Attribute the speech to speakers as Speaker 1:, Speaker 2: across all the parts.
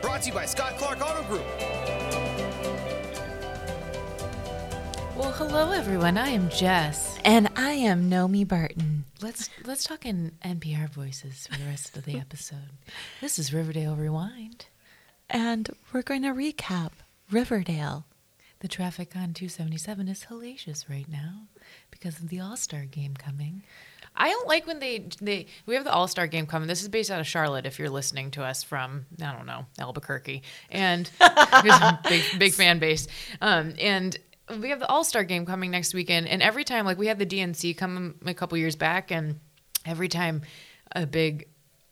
Speaker 1: brought to you by Scott Clark Auto Group.
Speaker 2: Well, hello everyone. I am Jess, and I am Nomi Barton. Let's let's talk in NPR voices for the rest of the episode. This is Riverdale Rewind.
Speaker 3: And we're going to recap Riverdale.
Speaker 2: The traffic on 277 is hellacious right now because of the All Star game coming. I don't like when they they we have the All Star game coming. This is based out of Charlotte. If you're listening to us from I don't know Albuquerque, and there's a big big fan base, um, and we have the All Star game coming next weekend. And every time, like we had the DNC come a couple years back, and every time a big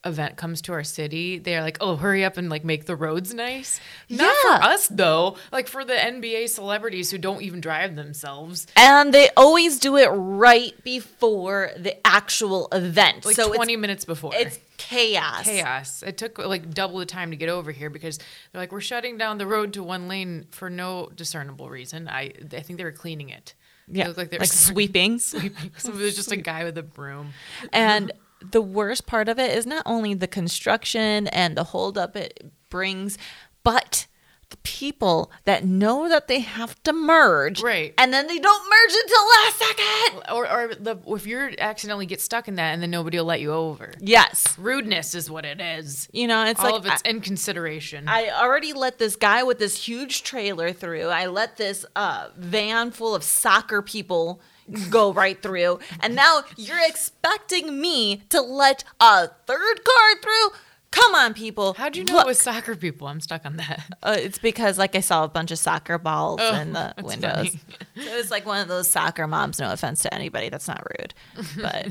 Speaker 2: event comes to our city, they're like, "Oh, hurry up and like make the roads nice." Not for
Speaker 3: Yeah.
Speaker 2: us though, like for the NBA celebrities who don't even drive themselves.
Speaker 3: And they always do it right before the actual event.
Speaker 2: Like
Speaker 3: so
Speaker 2: 20 minutes before.
Speaker 3: it's, it's chaos.
Speaker 2: chaos. It took like double the time to get over here because they're like, we're shutting down the road to one lane for no discernible reason. I I think they were cleaning it.
Speaker 3: Yeah,
Speaker 2: It looked like they were
Speaker 3: sweeping.
Speaker 2: sweeping. So there's just a guy with a broom.
Speaker 3: and the worst part of it is not only the construction and the holdup it brings, but the people that know that they have to merge.
Speaker 2: Right.
Speaker 3: And then they don't merge until last second.
Speaker 2: Or, or the if you are accidentally get stuck in that and then nobody will let you over.
Speaker 3: Yes.
Speaker 2: Rudeness is what it is.
Speaker 3: You know, it's
Speaker 2: All
Speaker 3: like
Speaker 2: of its
Speaker 3: I-
Speaker 2: inconsideration.
Speaker 3: I already let this guy with this huge trailer through. I let this uh, van full of soccer people go right through. And now you're expecting me to let a third car through? Come on, people.
Speaker 2: How'd you know
Speaker 3: Look.
Speaker 2: it was soccer people? I'm stuck on that.
Speaker 3: Uh, it's because like I saw a bunch of soccer balls
Speaker 2: Oh,
Speaker 3: in the
Speaker 2: that's
Speaker 3: windows.
Speaker 2: funny.
Speaker 3: So it was like one of those soccer moms. No offense to anybody, that's not rude, but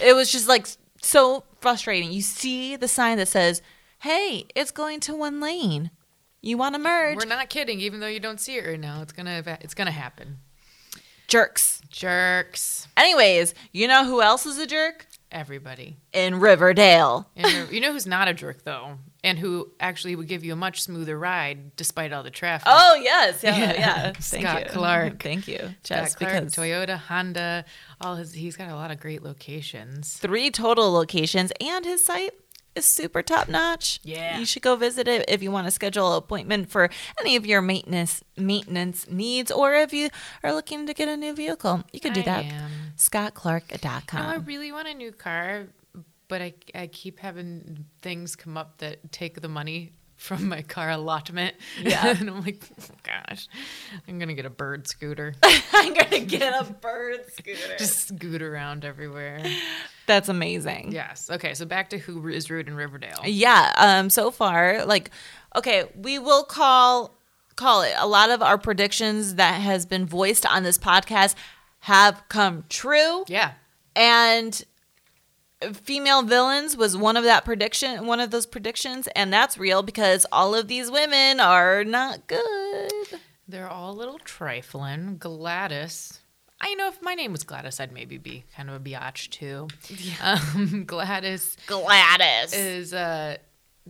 Speaker 3: it was just like so frustrating. You see the sign that says, "Hey, it's going to one lane. You want to merge?
Speaker 2: We're not kidding, even though you don't see it right now. It's gonna it's gonna happen.
Speaker 3: Jerks."
Speaker 2: Jerks.
Speaker 3: Anyways, you know who else is a jerk
Speaker 2: Everybody.
Speaker 3: in Riverdale?
Speaker 2: And you're- you know who's not a jerk though, and who actually would give you a much smoother ride despite all the traffic.
Speaker 3: Oh yes, yeah, yeah.
Speaker 2: Yeah.
Speaker 3: Thank
Speaker 2: Scott
Speaker 3: you.
Speaker 2: Clark.
Speaker 3: Thank you,
Speaker 2: Jack
Speaker 3: Jess.
Speaker 2: Clark,
Speaker 3: Because
Speaker 2: Toyota, Honda, all his. He's got a lot of great locations.
Speaker 3: three total locations, and his site is super top notch.
Speaker 2: Yeah.
Speaker 3: you should go visit it if you want to schedule an appointment for any of your maintenance maintenance needs, or if you are looking to get a new vehicle, you can do
Speaker 2: I
Speaker 3: that.
Speaker 2: am. No, Oh, I
Speaker 3: ScottClark.com.
Speaker 2: really want a new car, but I I keep having things come up that take the money from my car allotment.
Speaker 3: Yeah.
Speaker 2: and I'm like, gosh, I'm gonna get a bird scooter.
Speaker 3: I'm gonna get a bird scooter.
Speaker 2: Just scoot around everywhere.
Speaker 3: That's amazing.
Speaker 2: Yes. Okay. So back to who is rude in Riverdale.
Speaker 3: Yeah. Um. So far, like, okay, we will call call it. A lot of our predictions that has been voiced on this podcast have come true.
Speaker 2: Yeah.
Speaker 3: and female villains was one of that prediction one of those predictions and that's real because all of these women are not good
Speaker 2: They're all a little trifling. Gladys. I know if my name was Gladys, I'd maybe be kind of a biatch too. Um, Gladys
Speaker 3: gladys
Speaker 2: is uh,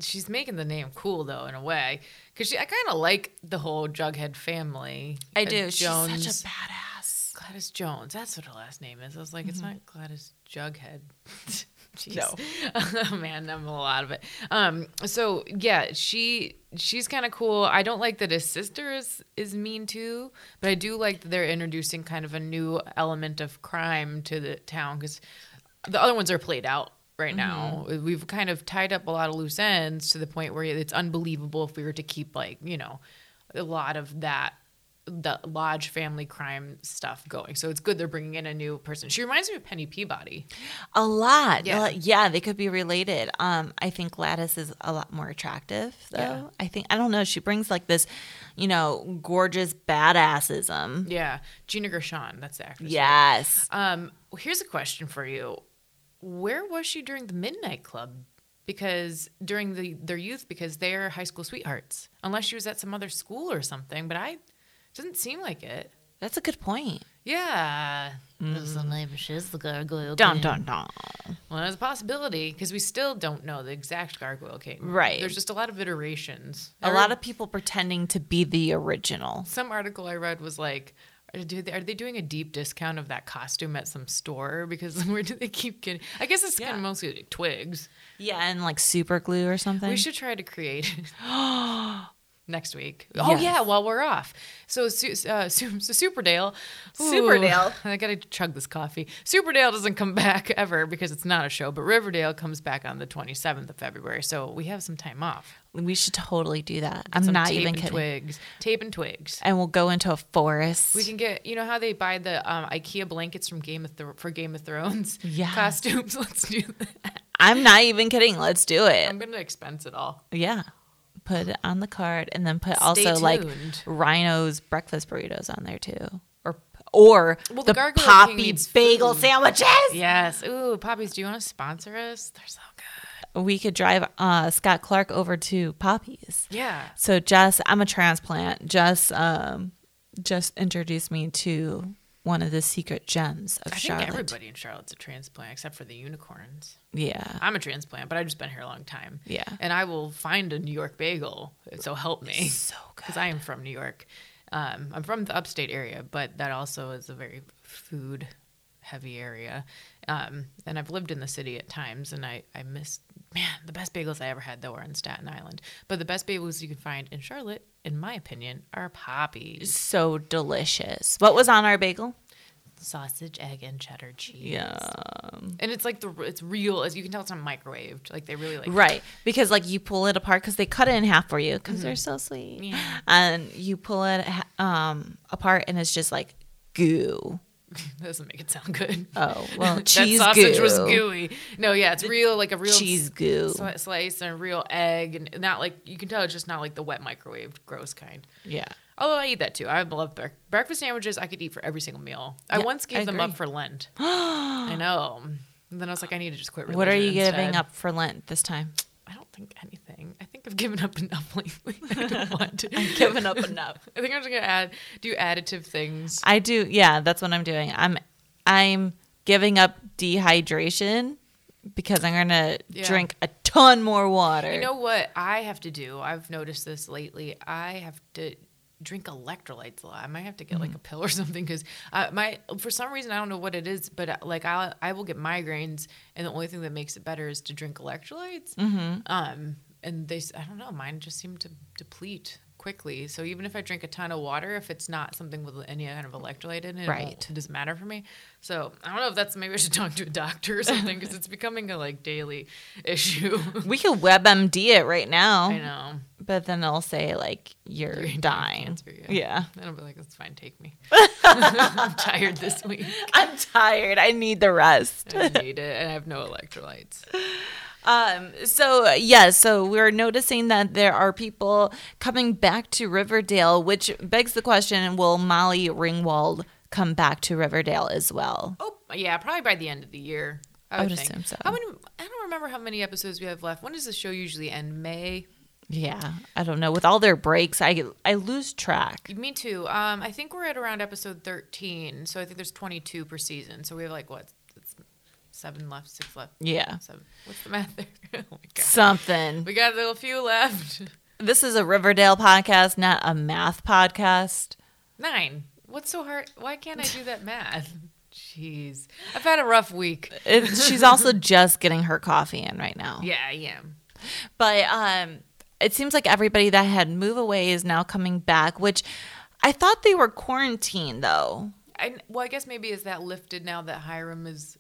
Speaker 2: she's making the name cool though in a way because I kind of like the whole Jughead family.
Speaker 3: i
Speaker 2: Uh,
Speaker 3: do she's
Speaker 2: Jones-
Speaker 3: such a badass
Speaker 2: Gladys Jones. That's what her last name is. I was like, it's
Speaker 3: Mm-hmm.
Speaker 2: not Gladys Jughead. Jeez.
Speaker 3: No.
Speaker 2: oh man, I'm a lot of it. Um, so yeah, she she's kind of cool. I don't like that his sister is is mean too, but I do like that they're introducing kind of a new element of crime to the town because the other ones are played out right now. We've kind of tied up a lot of loose ends to the point where it's unbelievable if we were to keep like you know a lot of that the lodge family crime stuff going. So it's good they're bringing in a new person. She reminds me of Penny Peabody.
Speaker 3: a lot
Speaker 2: Yeah.
Speaker 3: yeah. yeah they could be related um i think gladys is a lot more attractive though
Speaker 2: Yeah.
Speaker 3: i think i don't know she brings like this you know gorgeous badassism
Speaker 2: Yeah, Gina Gershon. That's the actress.
Speaker 3: yes
Speaker 2: Um, well, here's a question for you: Where was she during the Midnight Club? Because during the their youth, because they're high school sweethearts. Unless she was at some other school or something, but I doesn't seem like it.
Speaker 3: that's a good point
Speaker 2: Yeah.
Speaker 3: Mm. dun dun dun
Speaker 2: Well, that's a possibility because we still don't know the exact Gargoyle King.
Speaker 3: Right.
Speaker 2: There's just a lot of iterations.
Speaker 3: a lot of people pretending to be the original
Speaker 2: some article I read was like, Are do they, are they doing a deep discount of that costume at some store? Because where do they keep getting? I guess it's kind
Speaker 3: Yeah.
Speaker 2: of mostly like twigs.
Speaker 3: Yeah, and like super glue or something.
Speaker 2: We should try to create next week. Oh
Speaker 3: Yes.
Speaker 2: yeah, while we're off. So Su- uh, Su- so Superdale, Ooh,
Speaker 3: Superdale.
Speaker 2: I gotta chug this coffee. Superdale doesn't come back ever because it's not a show, but Riverdale comes back on the 27th of February. So we have some time off.
Speaker 3: we should totally do that. I'm
Speaker 2: Some
Speaker 3: not
Speaker 2: tape
Speaker 3: even
Speaker 2: and
Speaker 3: kidding.
Speaker 2: Twigs, tape and twigs.
Speaker 3: And we'll go into a forest.
Speaker 2: We can get, you know how they buy the um, IKEA blankets from Game of Thro- for Game of Thrones
Speaker 3: Yeah.
Speaker 2: costumes. Let's do that.
Speaker 3: I'm not even kidding. Let's do it.
Speaker 2: I'm gonna expense it all.
Speaker 3: Yeah. Put it on the card and then put also like
Speaker 2: tuned.
Speaker 3: Rhino's breakfast burritos on there too. Or or
Speaker 2: Well, the
Speaker 3: the,
Speaker 2: Gargoyle King
Speaker 3: poppy
Speaker 2: needs
Speaker 3: bagel
Speaker 2: food.
Speaker 3: sandwiches.
Speaker 2: Yes. Ooh, poppies, do you want to sponsor us? They're so good.
Speaker 3: We could drive uh, Scott Clark over to Poppy's.
Speaker 2: Yeah.
Speaker 3: So Jess, I'm a transplant. Jess um just introduced me to one of the secret gems of
Speaker 2: I
Speaker 3: Charlotte.
Speaker 2: think everybody in Charlotte's a transplant except for the unicorns.
Speaker 3: Yeah.
Speaker 2: I'm a transplant, but I've just been here a long time.
Speaker 3: Yeah.
Speaker 2: And I will find a New York bagel. So help me.
Speaker 3: So
Speaker 2: Because I am from New York. Um, I'm from the upstate area, but that also is a very food heavy area. Um, and I've lived in the city at times and I, I miss, man, the best bagels I ever had though are in Staten Island. But the best bagels you can find in Charlotte, in my opinion, are poppies.
Speaker 3: So delicious. What was on our bagel?
Speaker 2: Sausage, egg, and cheddar cheese.
Speaker 3: Yeah.
Speaker 2: And it's like the it's real as you can tell it's not microwaved. Like they really like
Speaker 3: Right, because like you pull it apart because they cut it in half for you because they're so sweet,
Speaker 2: Mm-hmm. Yeah.
Speaker 3: and you pull it ha- um, apart and it's just like goo.
Speaker 2: that doesn't make it sound good.
Speaker 3: Oh well,
Speaker 2: that
Speaker 3: cheese
Speaker 2: sausage
Speaker 3: goo.
Speaker 2: was gooey. No, yeah, it's real like a real
Speaker 3: Cheese goo.
Speaker 2: sli- slice and a real egg and not like you can tell it's just not like the wet microwaved gross kind.
Speaker 3: Yeah,
Speaker 2: Although I eat that too. I love bre- breakfast sandwiches. I could eat for every single meal. I
Speaker 3: Yeah,
Speaker 2: once gave
Speaker 3: I
Speaker 2: them up
Speaker 3: agree.
Speaker 2: for Lent. I know. And then I was like, I need to just quit.
Speaker 3: what are you
Speaker 2: religion instead.
Speaker 3: giving up for Lent this time?
Speaker 2: I don't think anything. I think I've given up enough lately. I don't want to. I
Speaker 3: Giving up enough.
Speaker 2: think I'm just gonna add do additive things.
Speaker 3: I do. Yeah, that's what I'm doing. I'm I'm giving up dehydration because I'm gonna
Speaker 2: Yeah.
Speaker 3: drink a ton more water.
Speaker 2: You know what I have to do? I've noticed this lately. I have to drink electrolytes a lot. I might have to get like a pill or something because my for some reason I don't know what it is, but uh, like I I will get migraines, and the only thing that makes it better is to drink electrolytes. Um, and they s- I don't know, mine just seem to deplete quickly. So even if I drink a ton of water, if it's not something with any kind of electrolyte in it, it, won't-
Speaker 3: Right.
Speaker 2: it doesn't matter for me. So I don't know if that's maybe I should talk to a doctor or something because it's becoming a like daily issue.
Speaker 3: we could WebMD it right now.
Speaker 2: I know.
Speaker 3: But then they'll say like you're
Speaker 2: You're
Speaker 3: dying.
Speaker 2: cancer, yeah.
Speaker 3: yeah.
Speaker 2: And I'll be like, it's fine, take me. I'm tired this week.
Speaker 3: I'm tired. I need the rest.
Speaker 2: I need it, and I have no electrolytes.
Speaker 3: Um so yeah, so we're noticing that there are people coming back to Riverdale, which begs the question, will Molly Ringwald come back to Riverdale as well?
Speaker 2: Oh, yeah, probably by the end of the year. I would,
Speaker 3: would
Speaker 2: think.
Speaker 3: assume so.
Speaker 2: How many? I don't remember how many episodes we have left. When does the show usually end? May.
Speaker 3: Yeah. I don't know. With all their breaks, I I lose track.
Speaker 2: Me too. Um, I think we're at around episode thirteen, so I think there's twenty-two per season. So we have like what, it's seven left, six left,
Speaker 3: Yeah.
Speaker 2: seven. What's the math there? oh my god,
Speaker 3: Something.
Speaker 2: we got a little few left.
Speaker 3: This is a Riverdale podcast, not a math podcast.
Speaker 2: Nine. What's so hard? Why can't I do that math? Jeez. I've had a rough week.
Speaker 3: It, she's also just getting her coffee in right now.
Speaker 2: Yeah, I am.
Speaker 3: But um, it seems like everybody that had move away is now coming back, which I thought they were quarantined though.
Speaker 2: I, well, I guess maybe is that lifted now that Hiram is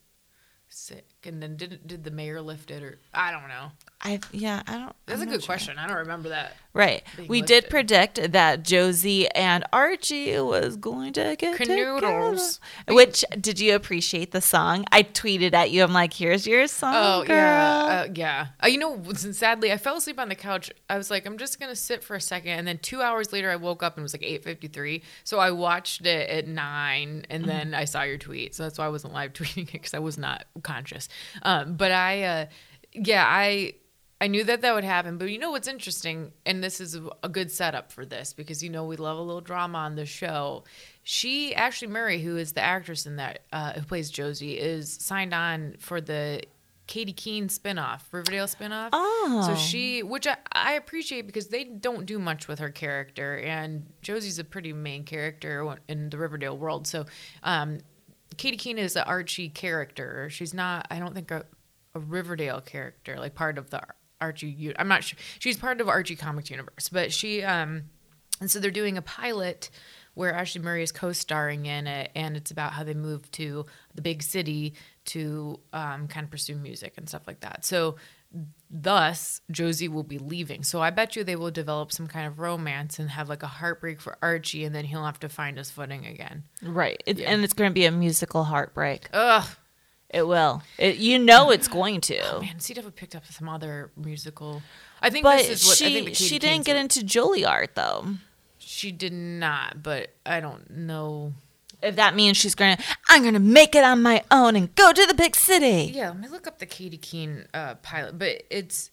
Speaker 2: sick, and then did did the mayor lift it or I don't know.
Speaker 3: I yeah, I don't.
Speaker 2: That's
Speaker 3: I'm
Speaker 2: a
Speaker 3: not
Speaker 2: good
Speaker 3: sure.
Speaker 2: question. I don't remember that.
Speaker 3: Right,
Speaker 2: Being
Speaker 3: we
Speaker 2: lifted.
Speaker 3: did predict that Josie and Archie was going to get
Speaker 2: Canoodles.
Speaker 3: together. Which did you appreciate the song? I tweeted at you. I'm like, here's your song,
Speaker 2: Oh
Speaker 3: girl.
Speaker 2: yeah, uh, yeah. Uh, you know, sadly, I fell asleep on the couch. I was like, I'm just gonna sit for a second, and then two hours later, I woke up and it was like 8:53. So I watched it at nine, and then I saw your tweet. So that's why I wasn't live tweeting it because I was not conscious. Um, but I, uh, yeah, I. I knew that that would happen, but you know what's interesting, and this is a good setup for this because you know we love a little drama on the show. She, Ashley Murray, who is the actress in that uh, who plays Josie, is signed on for the Katie Keene spinoff, Riverdale spinoff.
Speaker 3: Oh.
Speaker 2: So she, which I, I appreciate because they don't do much with her character, and Josie's a pretty main character in the Riverdale world. So, um, Katie Keene is an Archie character. She's not, I don't think, a, a Riverdale character, like part of the Archie. u- I'm not sure. She's part of Archie Comics universe, but she, um, and so they're doing a pilot where Ashley Murray is co-starring in it, and it's about how they moved to the big city to um, kind of pursue music and stuff like that. So, thus Josie will be leaving. So I bet you they will develop some kind of romance and have like a heartbreak for Archie, and then he'll have to find his footing again.
Speaker 3: Right. It, And it's going to be a musical heartbreak.
Speaker 2: Ugh,
Speaker 3: It will. It, you know it's going to.
Speaker 2: Oh, man, CW picked up some other musical. I think
Speaker 3: But
Speaker 2: this is what I think
Speaker 3: she
Speaker 2: the Katie
Speaker 3: she didn't
Speaker 2: Kane's
Speaker 3: get
Speaker 2: are-
Speaker 3: into Juilliard though.
Speaker 2: She did not, but I don't know.
Speaker 3: If that means she's going to I'm going to make it on my own and go to the big city.
Speaker 2: Yeah, let me look up the Katie Keene uh, pilot, but it's,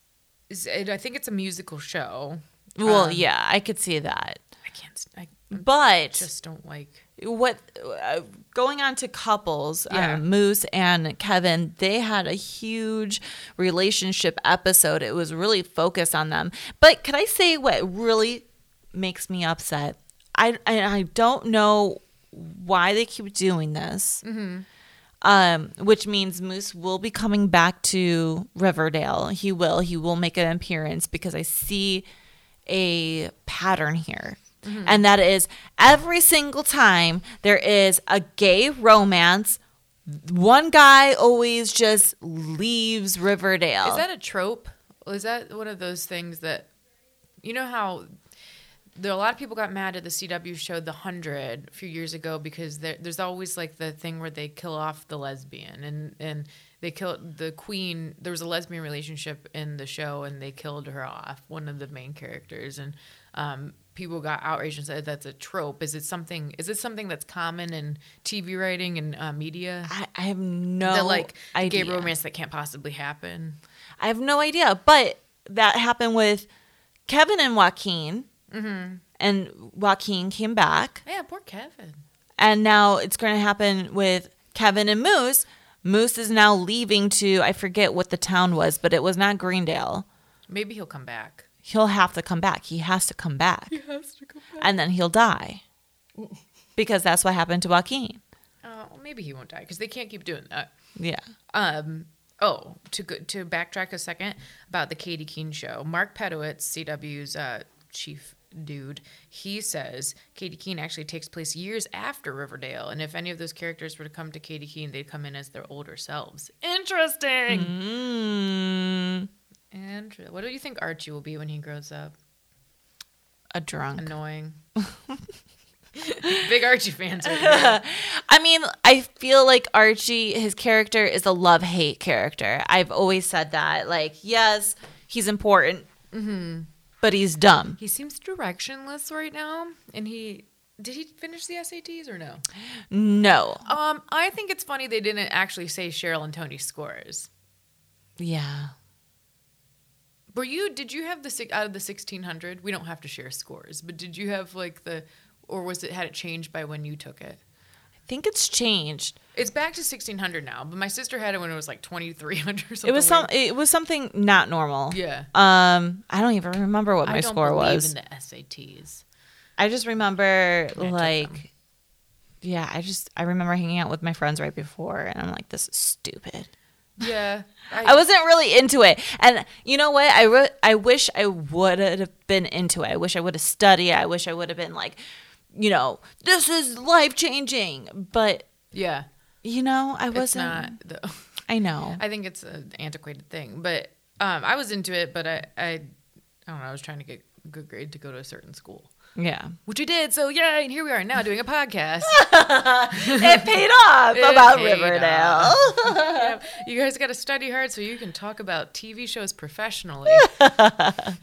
Speaker 2: it's it, I think it's a musical show.
Speaker 3: Well,
Speaker 2: Um,
Speaker 3: yeah, I could see that.
Speaker 2: I can't. s- I
Speaker 3: But
Speaker 2: just don't like.
Speaker 3: what uh, going on to couples
Speaker 2: Yeah.
Speaker 3: um, moose and kevin they had a huge relationship episode it was really focused on them but could i say what really makes me upset i i, I don't know why they keep doing this um, which means Moose will be coming back to Riverdale. He will. He will make an appearance because I see a pattern here.
Speaker 2: Mm-hmm.
Speaker 3: And that is every single time there is a gay romance, one guy always just leaves Riverdale.
Speaker 2: Is that a trope? Is that one of those things that, you know how, there a lot of people got mad at the CW show The Hundred a few years ago because there, there's always like the thing where they kill off the lesbian and and they killed the queen. There was a lesbian relationship in the show and they killed her off, one of the main characters, and um, people got outraged and said that's a trope. Is it something? Is it something that's common in TV writing and uh, media?
Speaker 3: I, I have no
Speaker 2: that like
Speaker 3: idea.
Speaker 2: gay romance that can't possibly happen.
Speaker 3: I have no idea. But that happened with Kevin and Joaquin.
Speaker 2: Mm-hmm.
Speaker 3: And Joaquin came back.
Speaker 2: Yeah, poor Kevin.
Speaker 3: And now it's going to happen with Kevin and Moose. Moose is now leaving to, I forget what the town was, but it was not Greendale.
Speaker 2: Maybe he'll come back.
Speaker 3: He'll have to come back. He has to come back.
Speaker 2: He has to come back.
Speaker 3: And then he'll die because that's what happened to Joaquin.
Speaker 2: Oh, maybe he won't die because they can't keep doing that.
Speaker 3: Yeah.
Speaker 2: Um. Oh, to go, to backtrack a second about the Katie Keene show, Mark Pedowitz, CW's uh, chief dude, he says Katie Keene actually takes place years after Riverdale, and if any of those characters were to come to Katie Keene, they'd come in as their older selves. Interesting.
Speaker 3: Mm,
Speaker 2: And what do you think Archie will be when he grows up?
Speaker 3: a drunk.
Speaker 2: Annoying. Big Archie fans. Right here.
Speaker 3: I mean, I feel like Archie, his character is a love hate character. I've always said that. Like, yes, he's important,
Speaker 2: Mm-hmm.
Speaker 3: but he's dumb.
Speaker 2: He seems directionless right now, and he did he finish the SATs or no?
Speaker 3: No.
Speaker 2: Um, I think it's funny they didn't actually say Cheryl and Tony scores.
Speaker 3: Yeah.
Speaker 2: Were you? Did you have the six out of the sixteen hundred? We don't have to share scores, but did you have like the, or was it had it changed by when you took it?
Speaker 3: think it's changed.
Speaker 2: It's back to sixteen hundred now, but my sister had it when it was like twenty three hundred. or something.
Speaker 3: It was some.
Speaker 2: weird.
Speaker 3: It was something not normal.
Speaker 2: Yeah.
Speaker 3: Um, I don't even remember what my
Speaker 2: I don't
Speaker 3: score
Speaker 2: believe
Speaker 3: was.
Speaker 2: in the SATs.
Speaker 3: I just
Speaker 2: I
Speaker 3: remember
Speaker 2: took
Speaker 3: like, yeah, I just I remember hanging out with my friends right before, and I'm like, this is stupid.
Speaker 2: Yeah,
Speaker 3: I wasn't really into it, and you know what? I re- I wish I would have been into it. I wish I would have studied. I wish I would have been like, you know, this is life changing. But
Speaker 2: Yeah,
Speaker 3: you know, I
Speaker 2: it's
Speaker 3: wasn't.
Speaker 2: not though.
Speaker 3: I know.
Speaker 2: I think it's an antiquated thing, but um, I was into it, but I, I, I don't know. I was trying to get a good grade to go to a certain school,
Speaker 3: yeah.
Speaker 2: which we did. So yay! And here we are now doing a podcast.
Speaker 3: it paid off
Speaker 2: It
Speaker 3: about
Speaker 2: paid
Speaker 3: Riverdale.
Speaker 2: Yeah, you guys got to study hard so you can talk about TV shows professionally.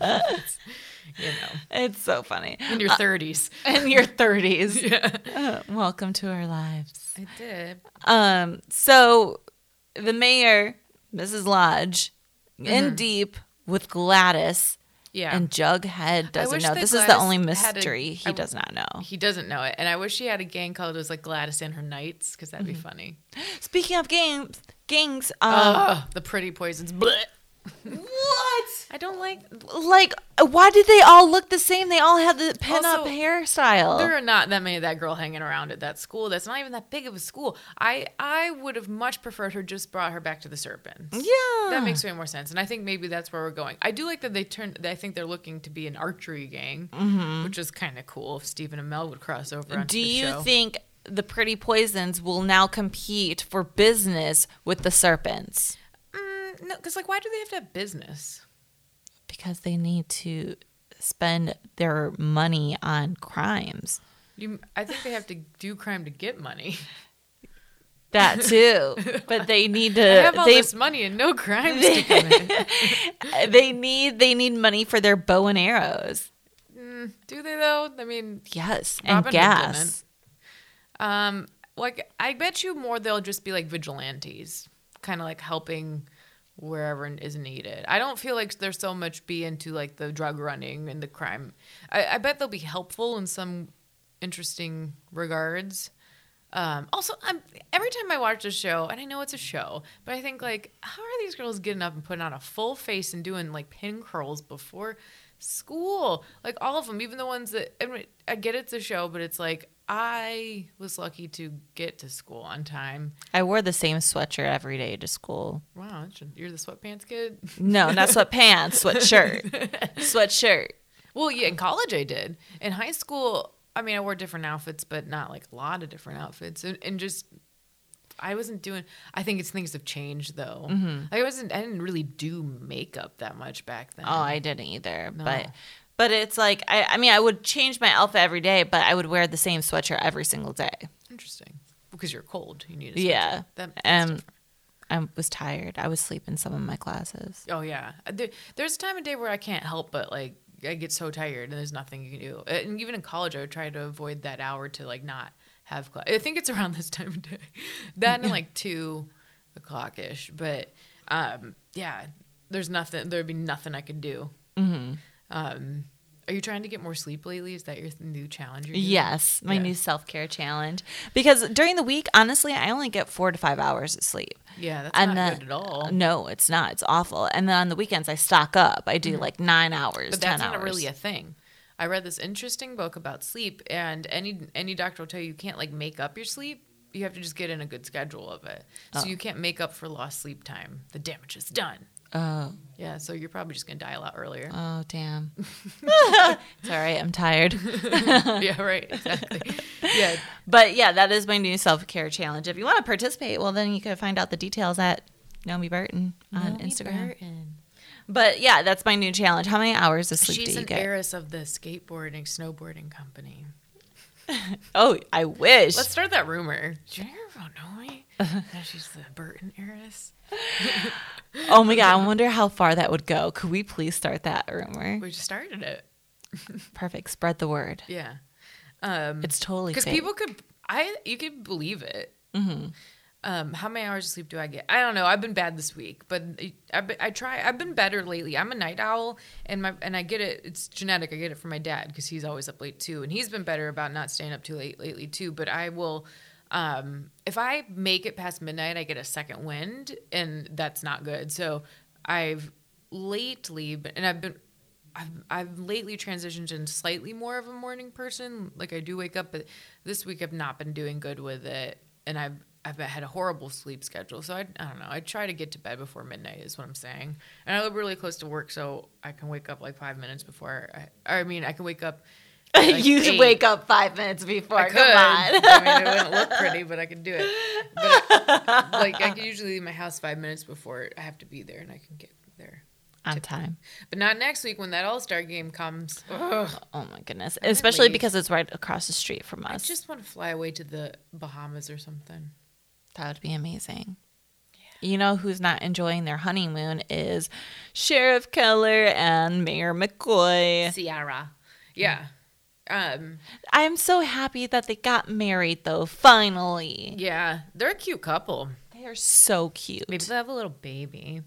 Speaker 2: you know,
Speaker 3: It's so funny.
Speaker 2: in your thirties.
Speaker 3: In your 30s.
Speaker 2: yeah,
Speaker 3: Uh, welcome to our lives.
Speaker 2: I did.
Speaker 3: Um, so the mayor, Mrs. Lodge, in deep with Gladys
Speaker 2: Mm-hmm. Yeah,
Speaker 3: and Jughead doesn't
Speaker 2: wish
Speaker 3: know.
Speaker 2: that
Speaker 3: This is the
Speaker 2: Gladys
Speaker 3: only
Speaker 2: had a-
Speaker 3: mystery he
Speaker 2: I-
Speaker 3: does not know.
Speaker 2: he doesn't know it, and I wish he had a gang called it was like Gladys and her Knights because that'd be funny.
Speaker 3: Speaking of games, gangs.
Speaker 2: Ugh, the pretty poisons. Blech.
Speaker 3: what?
Speaker 2: I don't like.
Speaker 3: Like, why did they all look the same? They all had the pin up
Speaker 2: Also,
Speaker 3: hairstyle.
Speaker 2: There are not that many of that girl hanging around at that school. That's not even that big of a school. I I would have much preferred her just brought her back to the serpents.
Speaker 3: yeah.
Speaker 2: That makes way more sense, and I think maybe that's where we're going. I do like that they turned. I think they're looking to be an archery gang, which is kind of cool. If Stephen and Mel would cross over, onto
Speaker 3: Mm-hmm. Do
Speaker 2: the
Speaker 3: you
Speaker 2: show.
Speaker 3: think the Pretty Poisons will now compete for business with the Serpents
Speaker 2: Mm, no, because like, why do they have to have business?
Speaker 3: because they need to spend their money on crimes?
Speaker 2: You, I think they have to do crime to get money.
Speaker 3: That too, but they need
Speaker 2: They have
Speaker 3: to.
Speaker 2: all
Speaker 3: Uh, They
Speaker 2: this money and no crimes to come in.
Speaker 3: they need they need money for their bow and arrows.
Speaker 2: Do they though? I mean,
Speaker 3: Yes, and
Speaker 2: Robin Hood
Speaker 3: gas.
Speaker 2: Um, like I bet you more they'll just be like vigilantes, kind of like helping wherever is needed. I don't feel like there's so much be into like the drug running and the crime. I, I bet they'll be helpful in some interesting regards. Um, also, I'm, every time I watch a show, and I know it's a show, but I think like, how are these girls getting up and putting on a full face and doing like pin curls before school? Like all of them, even the ones that I, mean, I get it's a show, but it's like I was lucky to get to school on time.
Speaker 3: I wore the same sweatshirt every day to school.
Speaker 2: Wow, that's- you're the sweatpants kid.
Speaker 3: No, not sweatpants, sweatshirt, sweatshirt.
Speaker 2: Well, yeah, in college I did. In high school, I mean, I wore different outfits, but not like a lot of different outfits. And, and just, I wasn't doing, I think it's things have changed though.
Speaker 3: Mm-hmm.
Speaker 2: I wasn't, I didn't really do makeup that much back then.
Speaker 3: Oh, I didn't either.
Speaker 2: No.
Speaker 3: But but it's like I, I mean I would change my outfit every day, but I would wear the same sweatshirt every single day.
Speaker 2: Interesting. Because you're cold. You need a
Speaker 3: Yeah.
Speaker 2: sweatshirt. That, that's
Speaker 3: And I was tired. I was sleeping some of my classes.
Speaker 2: Oh yeah, there, there's a time of day where I can't help but like I get so tired and there's nothing you can do. Uh, And even in college, I would try to avoid that hour to like not have class. I think it's around this time of day, that and like two o'clock ish. But um, yeah, there's nothing. There'd be nothing I could do. Mm-hmm. Um, are you trying to get more sleep lately? Is that your new challenge? You're doing?
Speaker 3: Yes, my
Speaker 2: Yeah.
Speaker 3: new self care challenge. Because during the week, honestly, I only get four to five hours of sleep.
Speaker 2: Yeah, that's not good at all.
Speaker 3: No, it's not. It's awful. And then on the weekends, I stock up. I do like nine hours,
Speaker 2: Mm-hmm. but that's
Speaker 3: ten
Speaker 2: not
Speaker 3: hours.
Speaker 2: really a thing. I read this interesting book about sleep, and any any doctor will tell you you can't like make up your sleep. You have to just get in a good schedule of it. So you can't make up for lost sleep time. The damage is done.
Speaker 3: oh,
Speaker 2: Yeah, so you're probably just gonna die a lot earlier.
Speaker 3: oh, damn. it's all right. I'm tired. Uh.
Speaker 2: yeah, right. Exactly. yeah,
Speaker 3: But yeah, that is my new self care challenge. If you want to participate, well, then you can find out the details at Naomi Burton on Instagram. But yeah, that's my new challenge. How many hours of sleep
Speaker 2: She's
Speaker 3: do you
Speaker 2: an
Speaker 3: get?
Speaker 2: heiress of the skateboarding, snowboarding company.
Speaker 3: oh, I wish.
Speaker 2: Let's start that rumor. Jennifer Von Noy? Now she's the Burton heiress.
Speaker 3: oh my God, I wonder how far that would go. Could we please start that rumor?
Speaker 2: We just started it.
Speaker 3: Perfect. Spread the word.
Speaker 2: Yeah. Um,
Speaker 3: It's totally
Speaker 2: because
Speaker 3: fake.
Speaker 2: people could i you could believe it um how many hours of sleep do i get i don't know i've been bad this week but i, I, I try i've been better lately i'm a night owl and my and i get it it's genetic i get it from my dad because he's always up late too and he's been better about not staying up too late lately too but i will um if i make it past midnight i get a second wind and that's not good so i've lately been and i've been I've I've lately transitioned into slightly more of a morning person. Like I do wake up, but this week I've not been doing good with it, and I've I've had a horrible sleep schedule. So I I don't know. I try to get to bed before midnight is what I'm saying, and I live really close to work, so I can wake up like five minutes before. I, I mean, I can wake up. at, like,
Speaker 3: you
Speaker 2: eight.
Speaker 3: wake up five minutes before.
Speaker 2: I could.
Speaker 3: Come on.
Speaker 2: I mean, it wouldn't look pretty, but I could do it. But like I could usually leave my house five minutes before I have to be there, and I can get there.
Speaker 3: on time.
Speaker 2: But not next week when that All Star game comes.
Speaker 3: Oh my goodness. Especially
Speaker 2: leave.
Speaker 3: because it's right across the street from
Speaker 2: I
Speaker 3: us.
Speaker 2: just want to fly away to the Bahamas or something.
Speaker 3: That would be amazing. You know who's not enjoying their honeymoon is Sheriff Keller and Mayor McCoy.
Speaker 2: Sierra. Yeah. Um,
Speaker 3: I'm so happy that they got married though, finally.
Speaker 2: yeah. They're a cute couple.
Speaker 3: They are so cute.
Speaker 2: Maybe they'll have a little baby.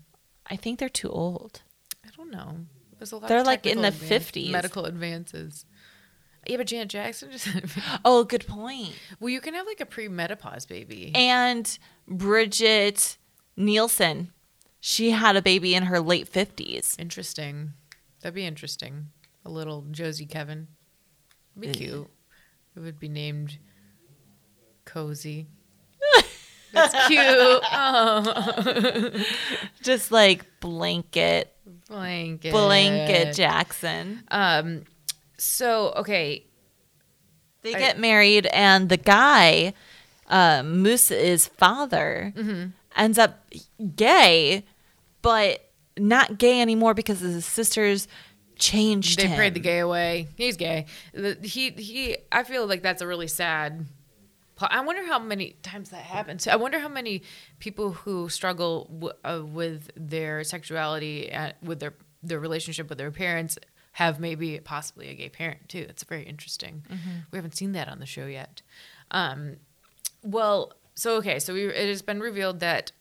Speaker 3: I think they're too old.
Speaker 2: I don't know. There's a lot
Speaker 3: They're,
Speaker 2: of
Speaker 3: like, in
Speaker 2: technical
Speaker 3: the
Speaker 2: advan-
Speaker 3: 50s.
Speaker 2: Medical advances. Yeah, but Janet Jackson just
Speaker 3: Oh, good point.
Speaker 2: Well, you can have like a premenopause baby.
Speaker 3: And Bridget Nielsen. She had a baby in her late 50s.
Speaker 2: Interesting. That'd be interesting. A little Josie Kevin. Be
Speaker 3: Mm.
Speaker 2: cute. It would be named Cozy. That's cute. Oh,
Speaker 3: Just like blanket,
Speaker 2: blanket.
Speaker 3: blanket Jackson.
Speaker 2: Um. So okay.
Speaker 3: They
Speaker 2: I-
Speaker 3: get married, and the guy, uh, Moose's father,
Speaker 2: Mm-hmm.
Speaker 3: ends up gay, but not gay anymore because his sisters changed
Speaker 2: They
Speaker 3: him.
Speaker 2: prayed the gay away. He's gay. The- He he. I feel like that's a really sad. pl- I wonder how many times that happens. I wonder how many people who struggle w- uh, with their sexuality, uh, with their their relationship with their parents, have maybe possibly a gay parent too. It's very interesting. We haven't seen that on the show yet. Um, well, so okay, so we, it has been revealed that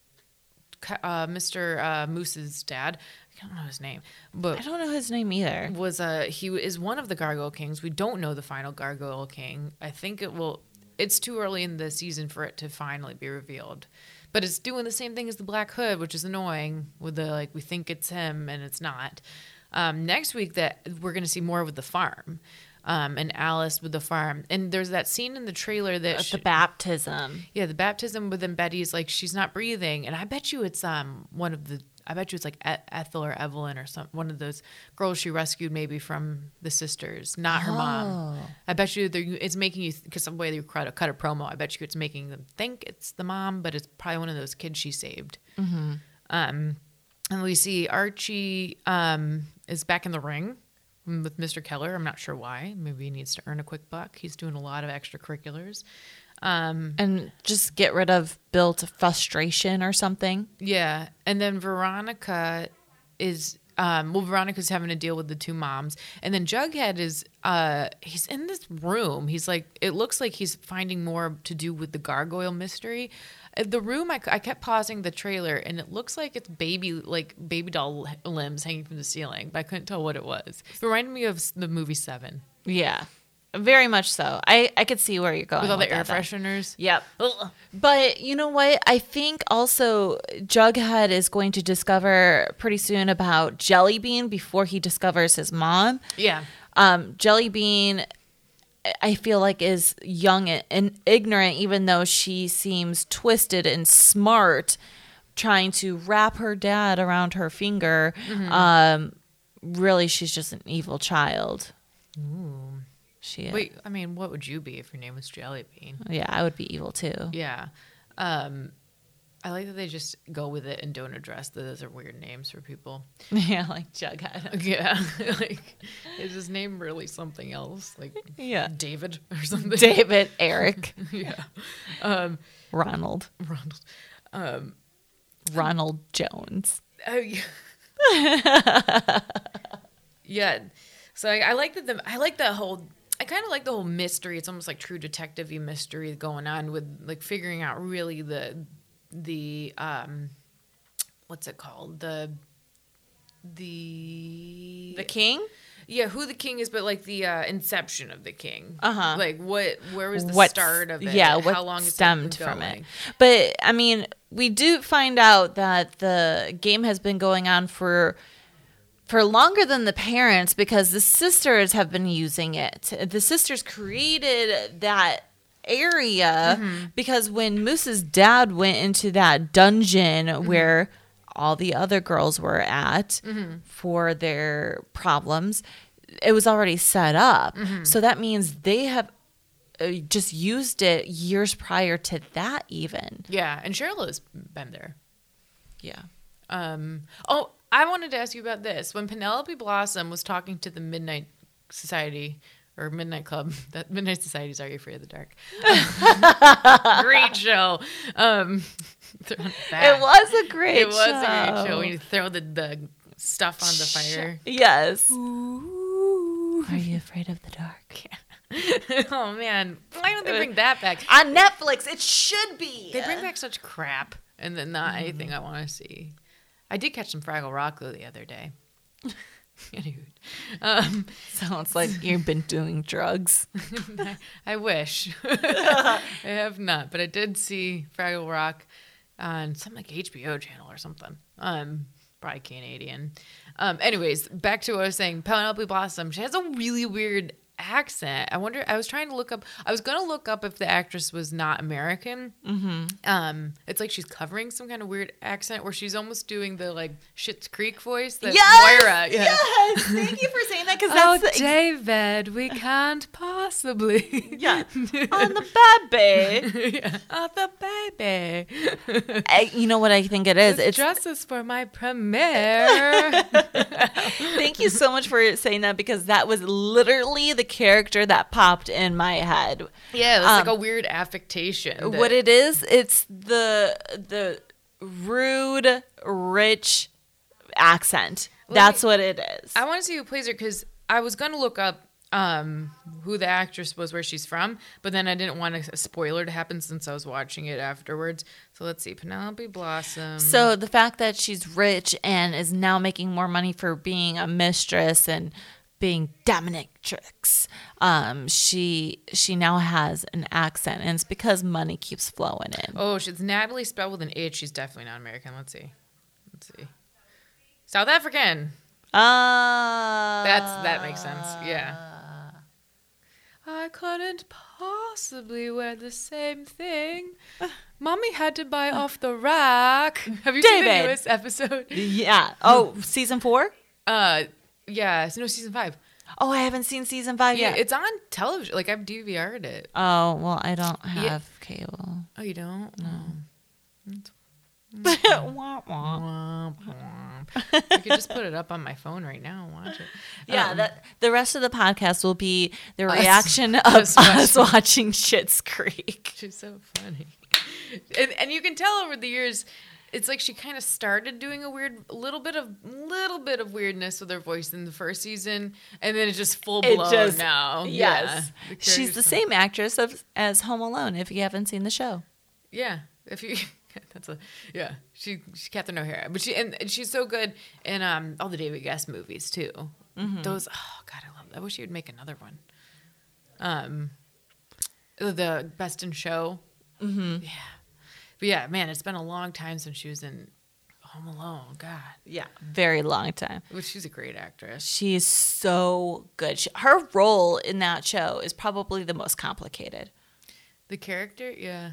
Speaker 2: uh, Mr. Uh, Moose's dad. I don't know his name, but
Speaker 3: I don't know his name either.
Speaker 2: was uh he is one of the gargoyle kings we don't know the final gargoyle king i think it will it's too early in the season for it to finally be revealed but it's doing the same thing as the black hood which is annoying with the like we think it's him and it's not um, next week that we're going to see more with the farm um, and alice with the farm and there's that scene in the trailer that
Speaker 3: At
Speaker 2: sh-
Speaker 3: Oh, the baptism.
Speaker 2: yeah, the baptism within Betty's like she's not breathing, and I bet you it's um one of the I bet you it's like E- Ethel or Evelyn or some one of those girls she rescued maybe from the sisters, not her mom. I bet you they're, it's making you because some way they cut a, cut a promo. I bet you it's making them think it's the mom, but it's probably one of those kids she saved. Um, and we see Archie um, is back in the ring with Mr. Keller. I'm not sure why. Maybe he needs to earn a quick buck. He's doing a lot of extracurriculars. Mm-hmm.
Speaker 3: And just get rid of Bill to frustration or something.
Speaker 2: Yeah, and then Veronica is um, well, Veronica's having to deal with the two moms, and then Jughead is uh, he's in this room. He's like, it looks like he's finding more to do with the gargoyle mystery. Uh, The room, I, c- I kept pausing the trailer, and it looks like it's baby like baby doll l- limbs hanging from the ceiling, but I couldn't tell what it was. It reminded me of s- the movie Seven
Speaker 3: Yeah. Very much so. I, I could see where you're going.
Speaker 2: with all the air
Speaker 3: that, then.
Speaker 2: fresheners.
Speaker 3: Yep.
Speaker 2: Ugh.
Speaker 3: But you know what? I think also Jughead is going to discover pretty soon about Jellybean before he discovers his mom.
Speaker 2: Yeah,
Speaker 3: Um, Jellybean, I- I feel like, is young and- and ignorant, even though she seems twisted and smart, trying to wrap her dad around her finger.
Speaker 2: Mm-hmm.
Speaker 3: Um, really, she's just an evil child. She is.
Speaker 2: wait. I mean, what would you be if your name was Jellybean?
Speaker 3: Yeah, I would be evil too.
Speaker 2: Yeah. Um, I like that they just go with it and don't address that those are weird names for people.
Speaker 3: yeah like Jughead.
Speaker 2: Yeah. like, is his name really something else? Like
Speaker 3: Yeah.
Speaker 2: David or something?
Speaker 3: David, Eric,
Speaker 2: yeah. Um,
Speaker 3: Ronald,
Speaker 2: Ronald.
Speaker 3: Ronald Jones.
Speaker 2: Oh, yeah. yeah. So I, I like that the I like the whole I kind of like the whole mystery. It's almost like true detective mystery going on with like figuring out really the the um what's it called? The the
Speaker 3: king?
Speaker 2: yeah, who the king is, but like the uh, inception of the king.
Speaker 3: Uh-huh.
Speaker 2: Like what? Where was the start of it?
Speaker 3: Yeah,
Speaker 2: How
Speaker 3: what
Speaker 2: long has it been
Speaker 3: stemmed from it?
Speaker 2: going?
Speaker 3: But I mean, we do find out that the game has been going on for for longer than the parents because the sisters have been using it. The sisters created that area
Speaker 2: Mm-hmm.
Speaker 3: because when Moose's dad went into that dungeon
Speaker 2: Mm-hmm.
Speaker 3: where all the other girls were at
Speaker 2: Mm-hmm.
Speaker 3: for their problems, it was already set up.
Speaker 2: Mm-hmm.
Speaker 3: So that means they have uh, just used it years prior to that even.
Speaker 2: Yeah, and Cheryl has been there.
Speaker 3: Yeah.
Speaker 2: Um, oh, I wanted to ask you about this. When Penelope Blossom was talking to the Midnight Society or Midnight Club, that Midnight Society is Are You Afraid of the Dark? Great show. Um, throwing it back.
Speaker 3: It was a great
Speaker 2: It was a great show. When you throw the, the stuff on the fire.
Speaker 3: Yes. Are you afraid of the dark?
Speaker 2: oh man, why don't they bring that back?
Speaker 3: On Netflix, it should be.
Speaker 2: They bring back such crap, and then not
Speaker 3: Mm-hmm.
Speaker 2: anything I want to see. I did catch some Fraggle Rock though the other day. Anywho, um,
Speaker 3: Sounds like you've been doing drugs.
Speaker 2: I wish I have not, but I did see Fraggle Rock, on some like HBO channel or something. Um, probably Canadian. Um, anyways, back to what I was saying. Penelope Blossom. She has a really weird accent. I wonder. I was trying to look up. I was gonna look up if the actress was not American. Mm-hmm. Um, it's like she's covering some kind of weird accent where she's almost doing the like Schitt's Creek voice. That
Speaker 3: Yes!
Speaker 2: Moira. Yeah.
Speaker 3: Yes. Thank you for saying that because
Speaker 2: Oh,
Speaker 3: that's the-
Speaker 2: David, we can't possibly.
Speaker 3: yeah. Um, On the baby.
Speaker 2: yeah. Oh, the baby.
Speaker 3: I, you know what I think it is? It's
Speaker 2: dresses for my premiere.
Speaker 3: Thank you so much for saying that because that was literally the character that popped in my head.
Speaker 2: yeah, it's like
Speaker 3: Um,
Speaker 2: a weird affectation.
Speaker 3: What it is, it's the the rude, rich accent. That's what it is.
Speaker 2: I want to see who plays her because I was gonna look up um who the actress was, where she's from, but then I didn't want a, a spoiler to happen since I was watching it afterwards. So let's see, Penelope Blossom.
Speaker 3: So the fact that she's rich and is now making more money for being a mistress and being dominatrix, um, she she now has an accent, and it's because money keeps flowing in.
Speaker 2: oh, she's Natalie spelled with an H. She's definitely not American. Let's see, let's see, South African.
Speaker 3: Ah,
Speaker 2: That's that makes sense. Yeah. Uh, I couldn't possibly wear the same thing. Mommy had to buy off the rack. Have you seen the
Speaker 3: David.
Speaker 2: newest episode?
Speaker 3: Yeah. Oh, season four?
Speaker 2: Uh, yeah, it's no season five.
Speaker 3: Oh, I haven't seen season five
Speaker 2: Uh, Yeah,
Speaker 3: yet.
Speaker 2: it's on television. Like I've DVR'd it.
Speaker 3: oh, well, I don't have cable.
Speaker 2: Oh, you don't?
Speaker 3: Wah, wah.
Speaker 2: Womp, womp. I could just put it up on my phone right now and watch it.
Speaker 3: Yeah,
Speaker 2: Um,
Speaker 3: that, the rest of the podcast will be the
Speaker 2: Us-
Speaker 3: reaction of
Speaker 2: us
Speaker 3: us,
Speaker 2: watching-
Speaker 3: watching Shit's Creek.
Speaker 2: She's so funny. And, and you can tell over the years, it's like she kind of started doing a weird little bit of little bit of weirdness with her voice in the first season, and then it's just full blown now.
Speaker 3: Yes.
Speaker 2: Yeah.
Speaker 3: She's the
Speaker 2: character's-
Speaker 3: same actress of, as Home Alone, if you haven't seen the show.
Speaker 2: Yeah. If you that's a yeah. She she's Catherine O'Hara. But she and, and she's so good in um all the David Guest movies too. Those oh god, I love I wish you would make another one. Um the best in show. Mm-hmm. Yeah. But yeah, man, it's been a long time since she was in Home Alone. God.
Speaker 3: Yeah. Very long time.
Speaker 2: But she's a great actress.
Speaker 3: She is so good. She, her role in that show is probably the most complicated.
Speaker 2: The character, yeah.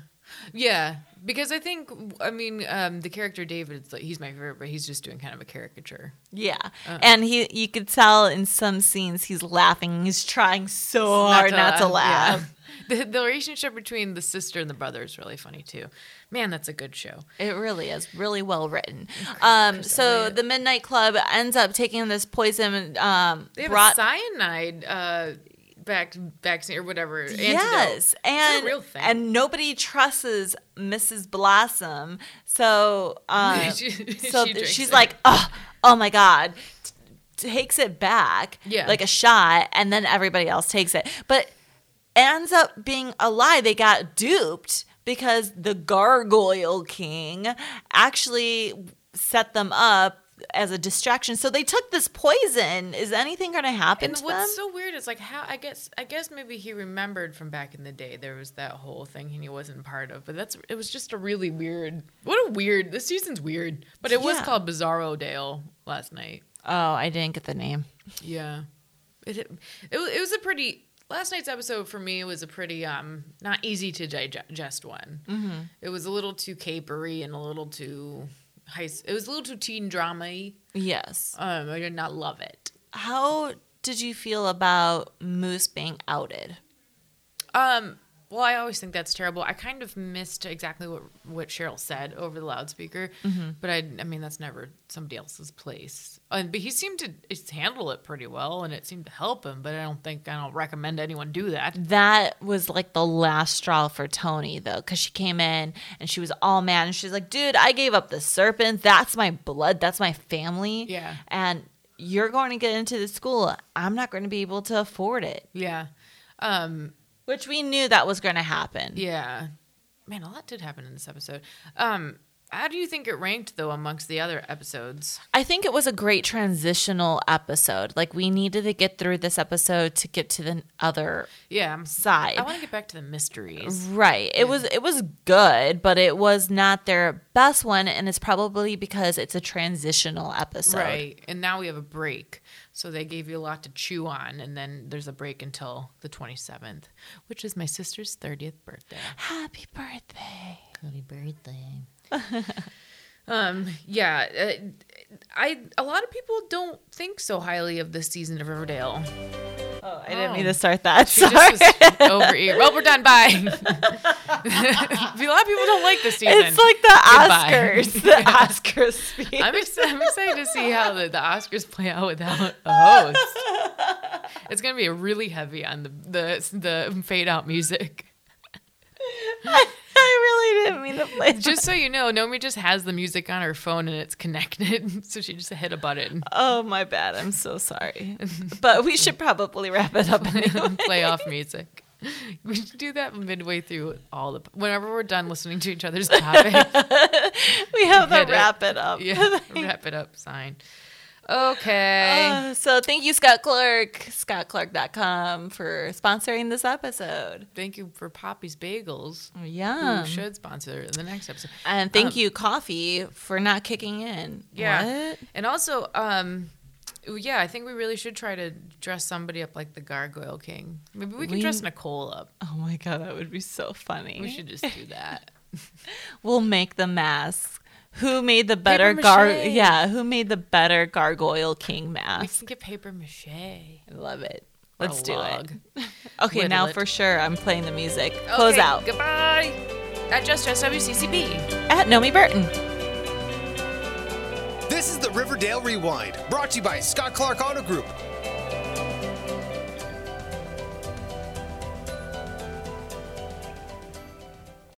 Speaker 2: Yeah, because I think I mean um, the character David. Like, he's my favorite, but he's just doing kind of a caricature.
Speaker 3: Yeah, and he you could tell in some scenes he's laughing. He's trying so hard not to laugh.
Speaker 2: yeah. The, the relationship between the sister and the brother is really funny too. Man, that's a good show.
Speaker 3: It really is really well written. Um, so
Speaker 2: Elliott.
Speaker 3: the Midnight Club ends up taking this poison. Um,
Speaker 2: They have
Speaker 3: brought-
Speaker 2: a cyanide uh, back vaccine or whatever.
Speaker 3: yes,
Speaker 2: a
Speaker 3: and
Speaker 2: real thing.
Speaker 3: and nobody trusts Mrs. Blossom. So um,
Speaker 2: She- she
Speaker 3: so th-
Speaker 2: drinks
Speaker 3: she's
Speaker 2: it.
Speaker 3: like, oh, oh my god. T- Takes it back,
Speaker 2: Yeah.
Speaker 3: like a shot, and then everybody else takes it. But ends up being a lie. They got duped because the Gargoyle King actually set them up as a distraction. So they took this poison. Is anything going to happen
Speaker 2: And
Speaker 3: to them?
Speaker 2: what's so weird is like how I guess I guess maybe he remembered from back in the day there was that whole thing and he wasn't part of, but that's it was just a really weird. What a weird this season's weird, but it was
Speaker 3: Yeah.
Speaker 2: called Bizarro Dale last night.
Speaker 3: oh, I didn't get the name.
Speaker 2: Yeah. It, it wa- it was a pretty last night's episode for me was a pretty um not easy to digest one. Mm-hmm. It was a little too capery and a little too high. It was a little too teen drama-y.
Speaker 3: Yes.
Speaker 2: Um, I did not love it.
Speaker 3: How did you feel about Moose being outed?
Speaker 2: Um, well, I always think that's terrible. I kind of missed exactly what what Cheryl said over the loudspeaker, but I, I mean, that's never somebody else's place. And but he seemed to just handle it pretty well, and it seemed to help him. But I don't think I don't recommend anyone do that.
Speaker 3: Mm-hmm. That was like the last straw for Tony though, because she came in and she was all mad and she's like, dude, I gave up the serpent. That's my blood. That's my family.
Speaker 2: Yeah.
Speaker 3: And you're going to get into the school. I'm not going to be able to afford it.
Speaker 2: Yeah. Um,
Speaker 3: Which we knew that was going to happen.
Speaker 2: Yeah. Man, a lot did happen in this episode. Um, How do you think it ranked though amongst the other episodes?
Speaker 3: I think it was a great transitional episode. Like we needed to get through this episode to get to the other
Speaker 2: Yeah, I'm
Speaker 3: side.
Speaker 2: I want to get back to the mysteries.
Speaker 3: Right. It was it was good, but it was not their best one and it's probably because it's a transitional episode.
Speaker 2: Right. And now we have a break. So they gave you a lot to chew on and then there's a break until the 27th, which is my sister's 30th birthday.
Speaker 3: Happy birthday.
Speaker 2: Happy birthday. um, yeah, uh, I a lot of people don't think so highly of this season of Riverdale.
Speaker 3: Oh, I
Speaker 2: Oh.
Speaker 3: didn't mean to start that.
Speaker 2: She
Speaker 3: Sorry.
Speaker 2: just was over eager. Well, we're done. Bye. a lot of people don't like this season.
Speaker 3: it's like the
Speaker 2: Goodbye.
Speaker 3: Oscars. The Oscars speech.
Speaker 2: I'm, ex- I'm excited to see how the, the Oscars play out without a host. It's gonna be really heavy on the the, the fade out music.
Speaker 3: I really didn't mean to play. that.
Speaker 2: Just so you know, Nomi just has the music on her phone and it's connected, so she just hit a button.
Speaker 3: Oh my bad. I'm so sorry. but we should probably wrap it up anyway.
Speaker 2: playoff music. We should do that midway through all the. Whenever we're done listening to each other's topic,
Speaker 3: we have the
Speaker 2: Hit it.
Speaker 3: wrap it up.
Speaker 2: yeah, wrap it up sign. Okay.
Speaker 3: Uh, so thank you, Scott Clark, scottclark.com for sponsoring this episode.
Speaker 2: Thank you for Poppy's Bagels.
Speaker 3: Yeah.
Speaker 2: who should sponsor the next episode?
Speaker 3: And thank
Speaker 2: Um,
Speaker 3: you, Coffee, for not kicking in.
Speaker 2: Yeah.
Speaker 3: What?
Speaker 2: And also, um, ooh, yeah, I think we really should try to dress somebody up like the Gargoyle King. Maybe we can
Speaker 3: We-
Speaker 2: dress Nicole up.
Speaker 3: Oh my god, that would be so funny.
Speaker 2: We should just do that.
Speaker 3: We'll make the mask. Who made the better gar?
Speaker 2: mache.
Speaker 3: Yeah, who made the better Gargoyle King
Speaker 2: we
Speaker 3: mask?
Speaker 2: can get paper mache.
Speaker 3: I love it.
Speaker 2: or a
Speaker 3: Let's do
Speaker 2: log.
Speaker 3: it. Okay,
Speaker 2: Whittle
Speaker 3: now
Speaker 2: it.
Speaker 3: for sure, I'm playing the music. Close
Speaker 2: Okay,
Speaker 3: out
Speaker 2: Goodbye. At Just Just WCCB.
Speaker 3: at Nomi Burton.
Speaker 1: This is the Riverdale Rewind, brought to you by Scott Clark Auto Group.